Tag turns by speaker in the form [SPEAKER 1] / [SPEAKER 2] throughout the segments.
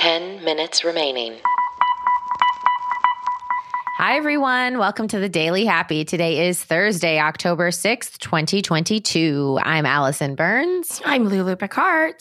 [SPEAKER 1] 10 minutes remaining.
[SPEAKER 2] Hi, everyone. Welcome to the Daily Happy. Today is Thursday, October 6th, 2022. I'm Allison Burns.
[SPEAKER 3] I'm Lulu Picard.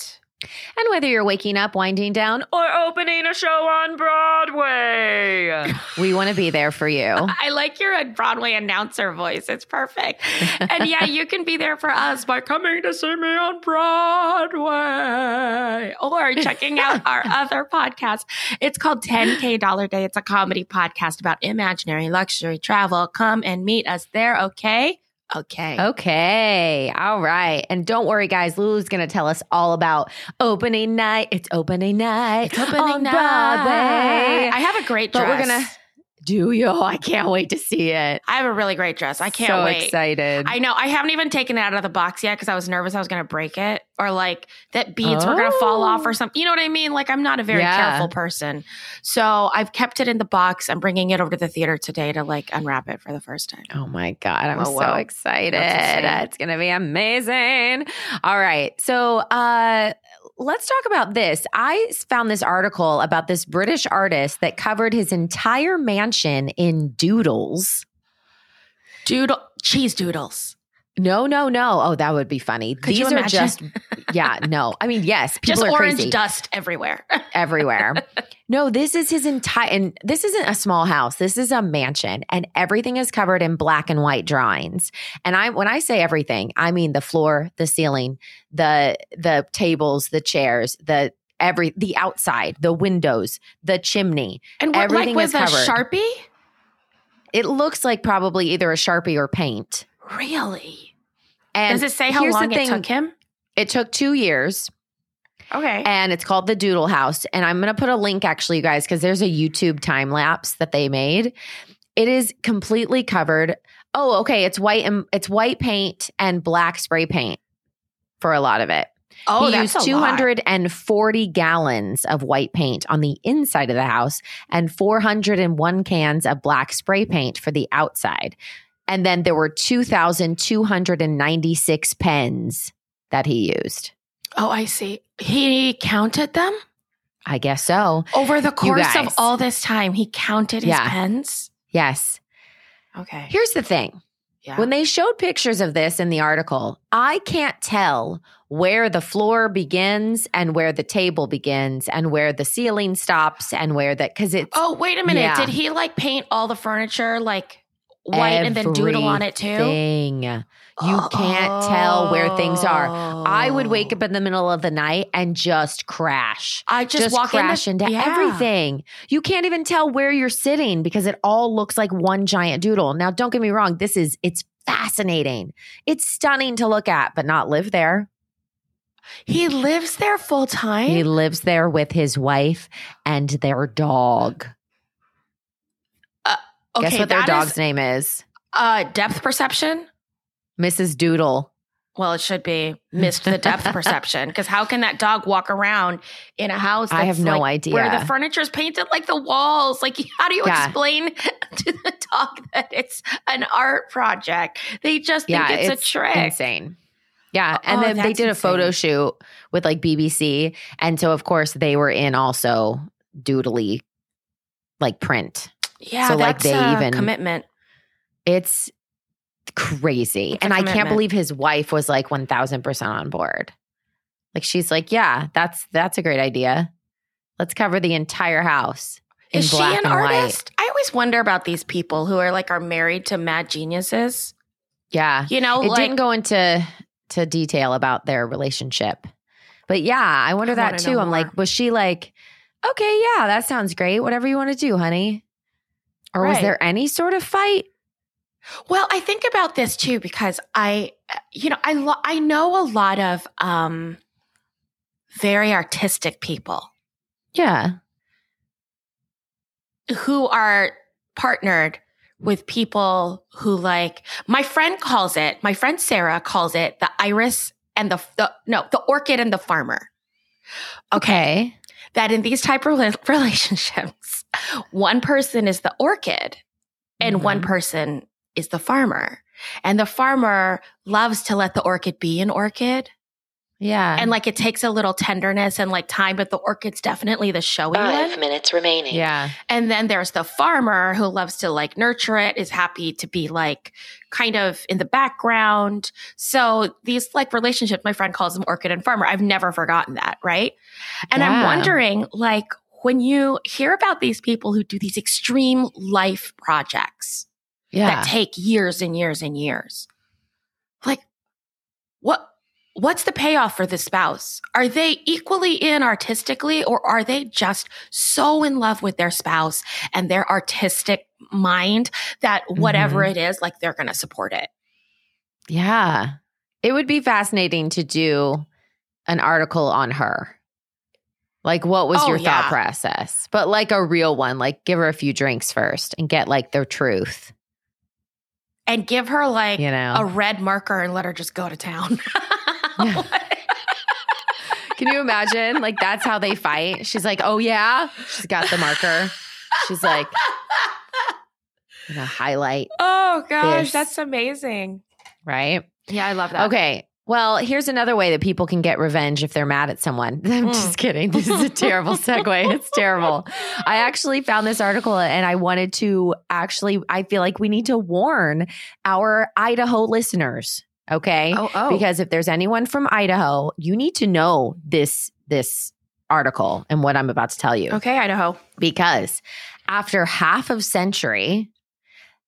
[SPEAKER 2] And whether you're waking up, winding down, or opening a show on Broadway, we want to be there for you.
[SPEAKER 3] I like your uh, Broadway announcer voice. It's perfect. And yeah, you can be there for us by coming to see me on Broadway or checking out our other podcast. It's called 10K Dollar Day. It's a comedy podcast about imaginary luxury travel. Come and meet us there, okay? Okay.
[SPEAKER 2] Oh, Okay. All right. And don't worry, guys. Lulu's going to tell us all about opening night. It's opening night.
[SPEAKER 3] It's opening
[SPEAKER 2] on
[SPEAKER 3] night.
[SPEAKER 2] Broadway.
[SPEAKER 3] I have a great
[SPEAKER 2] But
[SPEAKER 3] dress.
[SPEAKER 2] we're gonna- Do you? I can't wait to see it.
[SPEAKER 3] I have a really great dress. I can't
[SPEAKER 2] so
[SPEAKER 3] wait.
[SPEAKER 2] excited.
[SPEAKER 3] I know. I haven't even taken it out of the box yet because I was nervous I was going to break it or like that beads were going to fall off
[SPEAKER 2] Oh.
[SPEAKER 3] or something. You know what I mean? Like I'm not a very
[SPEAKER 2] Yeah.
[SPEAKER 3] careful person. So I've kept it in the box. I'm bringing it over to the theater today to like unwrap it for the first time.
[SPEAKER 2] Oh my God, I'm
[SPEAKER 3] Whoa,
[SPEAKER 2] so
[SPEAKER 3] whoa.
[SPEAKER 2] excited.
[SPEAKER 3] exciting.
[SPEAKER 2] It's going to be amazing. All right. So, uh, let's talk about this. I s- found this article about this British artist that covered his entire mansion in doodles.
[SPEAKER 3] Doodle, cheese doodles.
[SPEAKER 2] No, no, no. Oh, that would be funny.
[SPEAKER 3] Could
[SPEAKER 2] These
[SPEAKER 3] you
[SPEAKER 2] are
[SPEAKER 3] imagine?
[SPEAKER 2] just, yeah, no. I mean, yes, people
[SPEAKER 3] Just
[SPEAKER 2] are
[SPEAKER 3] orange
[SPEAKER 2] crazy
[SPEAKER 3] dust everywhere.
[SPEAKER 2] everywhere. no, this is his entire, and this isn't a small house. This is a mansion, and everything is covered in black and white drawings. And I, when I say everything, I mean the floor, the ceiling, the the tables, the chairs, the every the outside, the windows, the chimney.
[SPEAKER 3] and what,
[SPEAKER 2] Everything
[SPEAKER 3] like
[SPEAKER 2] is
[SPEAKER 3] with a
[SPEAKER 2] covered.
[SPEAKER 3] Sharpie?
[SPEAKER 2] It looks like probably either a sharpie or paint.
[SPEAKER 3] Really?
[SPEAKER 2] And
[SPEAKER 3] Does it say how
[SPEAKER 2] here's the
[SPEAKER 3] long it
[SPEAKER 2] thing.
[SPEAKER 3] took him?
[SPEAKER 2] it took two years.
[SPEAKER 3] Okay.
[SPEAKER 2] and it's called the Doodle House. And I'm going to put a link actually, you guys, because there's a YouTube time lapse that they made. It is completely covered. Oh, okay. It's white and it's white paint and black spray paint for a lot of it.
[SPEAKER 3] oh,
[SPEAKER 2] he
[SPEAKER 3] that's
[SPEAKER 2] used
[SPEAKER 3] a lot.
[SPEAKER 2] 240 gallons of white paint on the inside of the house and 401 cans of black spray paint for the outside. And then there were 2,296 pens that he used.
[SPEAKER 3] Oh, I see. He counted them?
[SPEAKER 2] I guess so.
[SPEAKER 3] Over the course of
[SPEAKER 2] guys.
[SPEAKER 3] all this time, he counted his
[SPEAKER 2] Yeah.
[SPEAKER 3] pens.
[SPEAKER 2] Yes.
[SPEAKER 3] Okay.
[SPEAKER 2] Here's the thing.
[SPEAKER 3] Yeah.
[SPEAKER 2] When they showed pictures of this in the article, I can't tell where the floor begins and where the table begins and where the ceiling stops and where that because it's
[SPEAKER 3] oh, wait a minute.
[SPEAKER 2] Yeah.
[SPEAKER 3] Did he like paint all the furniture like white and then doodle on it too?
[SPEAKER 2] thing. You can't tell where things are. I would wake
[SPEAKER 3] Oh.
[SPEAKER 2] up in the middle of the night and just crash.
[SPEAKER 3] I just,
[SPEAKER 2] Just,
[SPEAKER 3] walk
[SPEAKER 2] crash
[SPEAKER 3] in the-
[SPEAKER 2] into
[SPEAKER 3] Yeah.
[SPEAKER 2] everything. You can't even tell where you're sitting because it all looks like one giant doodle. Now, don't get me wrong. This is it's fascinating. It's stunning to look at, but not live there.
[SPEAKER 3] He lives there full time.
[SPEAKER 2] He lives there with his wife and their dog.
[SPEAKER 3] okay,
[SPEAKER 2] Guess what their
[SPEAKER 3] that is,
[SPEAKER 2] dog's name is?
[SPEAKER 3] uh, depth perception.
[SPEAKER 2] Mrs. Doodle.
[SPEAKER 3] Well, it should be missed the depth perception because how can that dog walk around in a house?
[SPEAKER 2] I have
[SPEAKER 3] that's,
[SPEAKER 2] no
[SPEAKER 3] like,
[SPEAKER 2] idea.
[SPEAKER 3] Where the furniture is painted like the walls. Like, how do you
[SPEAKER 2] Yeah.
[SPEAKER 3] explain to the dog that it's an art project? They just think
[SPEAKER 2] Yeah,
[SPEAKER 3] it's,
[SPEAKER 2] it's
[SPEAKER 3] a trick.
[SPEAKER 2] Insane. Yeah. And
[SPEAKER 3] Oh,
[SPEAKER 2] then they
[SPEAKER 3] that's
[SPEAKER 2] did a photo
[SPEAKER 3] insane.
[SPEAKER 2] shoot with like BBC. And so, of course, they were in also doodly like print.
[SPEAKER 3] Yeah,
[SPEAKER 2] So,
[SPEAKER 3] so
[SPEAKER 2] like,
[SPEAKER 3] like
[SPEAKER 2] they
[SPEAKER 3] they a
[SPEAKER 2] even-
[SPEAKER 3] commitment.
[SPEAKER 2] It's crazy.
[SPEAKER 3] It's a
[SPEAKER 2] and I can't
[SPEAKER 3] commitment.
[SPEAKER 2] believe his wife was like 1000% on board. Like she's like, yeah, that's that's a great idea. Let's cover the entire house. in
[SPEAKER 3] Is she
[SPEAKER 2] black
[SPEAKER 3] an
[SPEAKER 2] and white.
[SPEAKER 3] artist? I always wonder about these people who are like are married to mad geniuses.
[SPEAKER 2] Yeah.
[SPEAKER 3] You know,
[SPEAKER 2] it
[SPEAKER 3] like
[SPEAKER 2] didn't go into to detail about their relationship but yeah i wonder
[SPEAKER 3] I
[SPEAKER 2] that
[SPEAKER 3] wanna
[SPEAKER 2] too
[SPEAKER 3] know
[SPEAKER 2] i'm like
[SPEAKER 3] more.
[SPEAKER 2] was she like okay yeah that sounds great whatever you want to do honey or was
[SPEAKER 3] Right.
[SPEAKER 2] there any sort of fight
[SPEAKER 3] Well, I think about this too because I, you know, I lo- I know a lot of um, very artistic people
[SPEAKER 2] yeah
[SPEAKER 3] who are partnered with people who like my friend calls it. My friend Sarah calls it the iris and the, the no the orchid and the farmer.
[SPEAKER 2] okay
[SPEAKER 3] That in these type of rela- relationships, one person is the orchid and one
[SPEAKER 2] Mhm.
[SPEAKER 3] person is the farmer. And the farmer loves to let the orchid be an orchid
[SPEAKER 2] Yeah.
[SPEAKER 3] And like it takes a little tenderness and like time, but the orchid's definitely the showy one.
[SPEAKER 1] Five minutes remaining.
[SPEAKER 2] yeah.
[SPEAKER 3] And then there's the farmer who loves to like nurture it, is happy to be like kind of in the background. So these like relationships, my friend calls them orchid and farmer. I've never forgotten that, right? And I'm
[SPEAKER 2] Yeah.
[SPEAKER 3] wondering, like, when you hear about these people who do these extreme life projects
[SPEAKER 2] Yeah.
[SPEAKER 3] that take years and years and years, like, what? What's the payoff for the spouse? Are they equally in artistically or are they just so in love with their spouse and their artistic mind that whatever
[SPEAKER 2] Mhm.
[SPEAKER 3] it is, like they're going to support it?
[SPEAKER 2] yeah. It would be fascinating to do an article on her. Like, what was
[SPEAKER 3] Oh,
[SPEAKER 2] your
[SPEAKER 3] yeah.
[SPEAKER 2] thought process? But like a real one, like give her a few drinks first and get like the truth,
[SPEAKER 3] And give her like
[SPEAKER 2] you know?
[SPEAKER 3] a red marker and let her just go to town.
[SPEAKER 2] Yeah. Can you imagine? Like that's how they fight. She's like, "Oh yeah," she's got the marker. She's like, "I'm gonna highlight,
[SPEAKER 3] Oh gosh,
[SPEAKER 2] This.
[SPEAKER 3] that's amazing.
[SPEAKER 2] right?"
[SPEAKER 3] Yeah, I love that.
[SPEAKER 2] Okay. Well, here's another way that people can get revenge if they're mad at someone. I'm
[SPEAKER 3] Mm.
[SPEAKER 2] just kidding. This is a terrible segue. It's terrible. I actually found this article and I wanted to actually, I feel like we need to warn our Idaho listeners. Okay.
[SPEAKER 3] Oh, oh.
[SPEAKER 2] because if there's anyone from Idaho, you need to know this this article and what I'm about to tell you
[SPEAKER 3] okay, Idaho.
[SPEAKER 2] because after half of century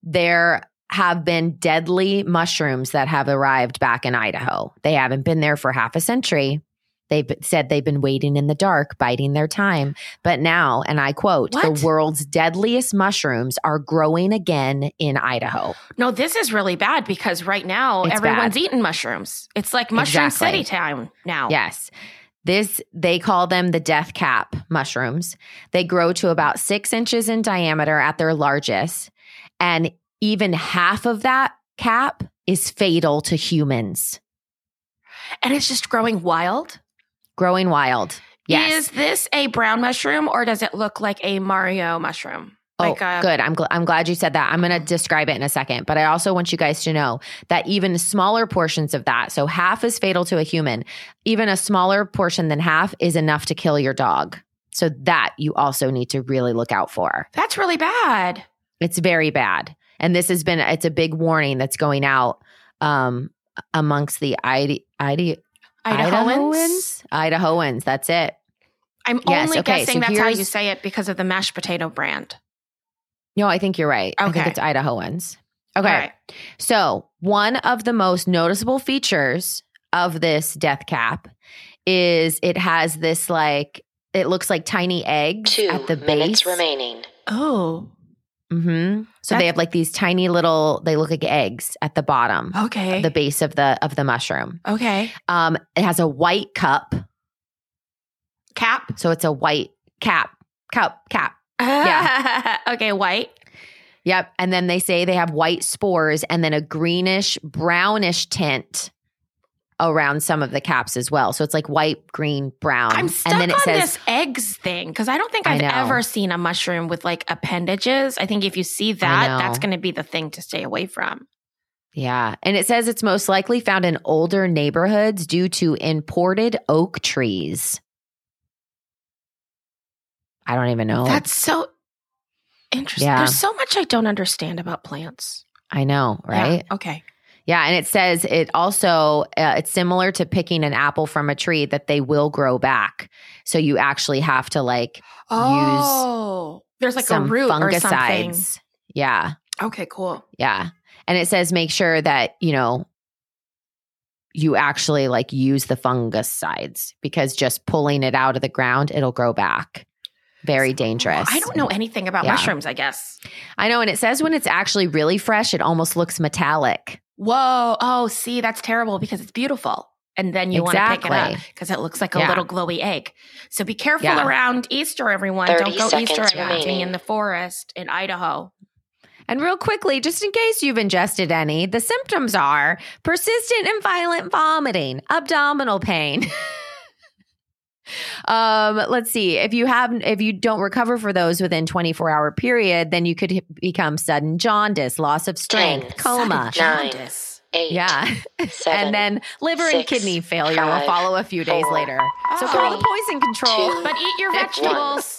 [SPEAKER 2] there have been deadly mushrooms that have arrived back in Idaho. They haven't been there for half a century. They've b- said they've been waiting in the dark, biding their time. But now, and I quote,
[SPEAKER 3] What?
[SPEAKER 2] the world's deadliest mushrooms are growing again in Idaho.
[SPEAKER 3] No, this is really bad because right now
[SPEAKER 2] It's
[SPEAKER 3] everyone's
[SPEAKER 2] bad.
[SPEAKER 3] eating mushrooms. It's like mushroom
[SPEAKER 2] Exactly.
[SPEAKER 3] city time now.
[SPEAKER 2] Yes. This, they call them the death cap mushrooms. They grow to about six inches in diameter at their largest. And even half of that cap is fatal to humans.
[SPEAKER 3] And it's just growing wild.
[SPEAKER 2] Growing wild. Yes.
[SPEAKER 3] Is this a brown mushroom or does it look like a Mario mushroom? Like
[SPEAKER 2] oh,
[SPEAKER 3] a
[SPEAKER 2] good. I'm, gl- I'm glad you said that. I'm going to describe it in a second, but I also want you guys to know that even smaller portions of that, so half is fatal to a human, even a smaller portion than half is enough to kill your dog. So that you also need to really look out for.
[SPEAKER 3] that's really bad.
[SPEAKER 2] It's very bad. And this has been it's a big warning that's going out um amongst the Ide- Ide-
[SPEAKER 3] Idahoans?
[SPEAKER 2] Idahoans. Idahoans, that's it.
[SPEAKER 3] I'm
[SPEAKER 2] Yes,
[SPEAKER 3] only
[SPEAKER 2] okay,
[SPEAKER 3] guessing
[SPEAKER 2] so
[SPEAKER 3] that's how you
[SPEAKER 2] here's-
[SPEAKER 3] say it because of the mashed potato brand.
[SPEAKER 2] No, I think you're right. I think
[SPEAKER 3] Okay.
[SPEAKER 2] it's Idahoans.
[SPEAKER 3] All
[SPEAKER 2] Okay.
[SPEAKER 3] right.
[SPEAKER 2] So, one of the most noticeable features of this death cap is it has this like it looks like tiny eggs
[SPEAKER 1] Two
[SPEAKER 2] at the
[SPEAKER 1] minutes
[SPEAKER 2] base.
[SPEAKER 1] remaining.
[SPEAKER 3] Oh,
[SPEAKER 2] hmm So
[SPEAKER 3] That's-
[SPEAKER 2] they have like these tiny little they look like eggs at the bottom,
[SPEAKER 3] okay.
[SPEAKER 2] the base of the of the mushroom.
[SPEAKER 3] okay.
[SPEAKER 2] Um, it has a white cup,
[SPEAKER 3] Cap.
[SPEAKER 2] so it's a white cap, cup, cap.
[SPEAKER 3] Yeah. okay, white.
[SPEAKER 2] Yep. And then they say they have white spores and then a greenish, brownish tint around some of the caps as well. So it's like white, green, brown.
[SPEAKER 3] I'm stuck
[SPEAKER 2] Um, and then it
[SPEAKER 3] on
[SPEAKER 2] says,
[SPEAKER 3] this eggs thing because I don't think
[SPEAKER 2] I
[SPEAKER 3] I've
[SPEAKER 2] know.
[SPEAKER 3] ever seen a mushroom with like appendages. I think if you see that, that's
[SPEAKER 2] know.
[SPEAKER 3] going to be the thing to stay away from.
[SPEAKER 2] yeah. And it says it's most likely found in older neighborhoods due to imported oak trees. I don't even know.
[SPEAKER 3] That's so interesting.
[SPEAKER 2] Oh. Yeah.
[SPEAKER 3] There's so much I don't understand about plants.
[SPEAKER 2] I know,
[SPEAKER 3] Yeah,
[SPEAKER 2] right?
[SPEAKER 3] okay.
[SPEAKER 2] Yeah, and it says it also uh, it's similar to picking an apple from a tree that they will grow back. So you actually have to like
[SPEAKER 3] Oh, there's like
[SPEAKER 2] some
[SPEAKER 3] a root or something.
[SPEAKER 2] fungicides. Yeah,
[SPEAKER 3] Okay, cool.
[SPEAKER 2] yeah, and it says make sure that you know you actually like use the fungicides because just pulling it out of the ground it'll grow back. Very dangerous.
[SPEAKER 3] I don't know anything about
[SPEAKER 2] Yeah.
[SPEAKER 3] mushrooms. I guess.
[SPEAKER 2] I know, and it says when it's actually really fresh, it almost looks metallic.
[SPEAKER 3] Whoa. Oh, see, that's terrible because it's beautiful. And then you want to pick it up
[SPEAKER 2] Exactly.
[SPEAKER 3] because it looks like a
[SPEAKER 2] Yeah.
[SPEAKER 3] little glowy egg. So be careful
[SPEAKER 2] Yeah.
[SPEAKER 3] around Easter, everyone.
[SPEAKER 1] 30
[SPEAKER 3] Don't go
[SPEAKER 1] seconds
[SPEAKER 3] Easter hunting
[SPEAKER 1] remaining.
[SPEAKER 3] in the forest in Idaho.
[SPEAKER 2] And real quickly, just in case you've ingested any, the symptoms are persistent and violent vomiting, abdominal pain. um, let's see. If you have if you don't recover for those within 24-hour period, then you could h- become sudden jaundice, loss of strength,
[SPEAKER 1] Ten.
[SPEAKER 2] coma,
[SPEAKER 3] Sudden jaundice.
[SPEAKER 1] eight,
[SPEAKER 2] Yeah.
[SPEAKER 1] seven,
[SPEAKER 2] and then liver and
[SPEAKER 1] six,
[SPEAKER 2] kidney failure will
[SPEAKER 1] five,
[SPEAKER 2] follow a few days
[SPEAKER 1] four,
[SPEAKER 2] later. So
[SPEAKER 3] Oh.
[SPEAKER 2] call the poison control.
[SPEAKER 1] two,
[SPEAKER 3] But eat your
[SPEAKER 1] Pick one.
[SPEAKER 3] vegetables.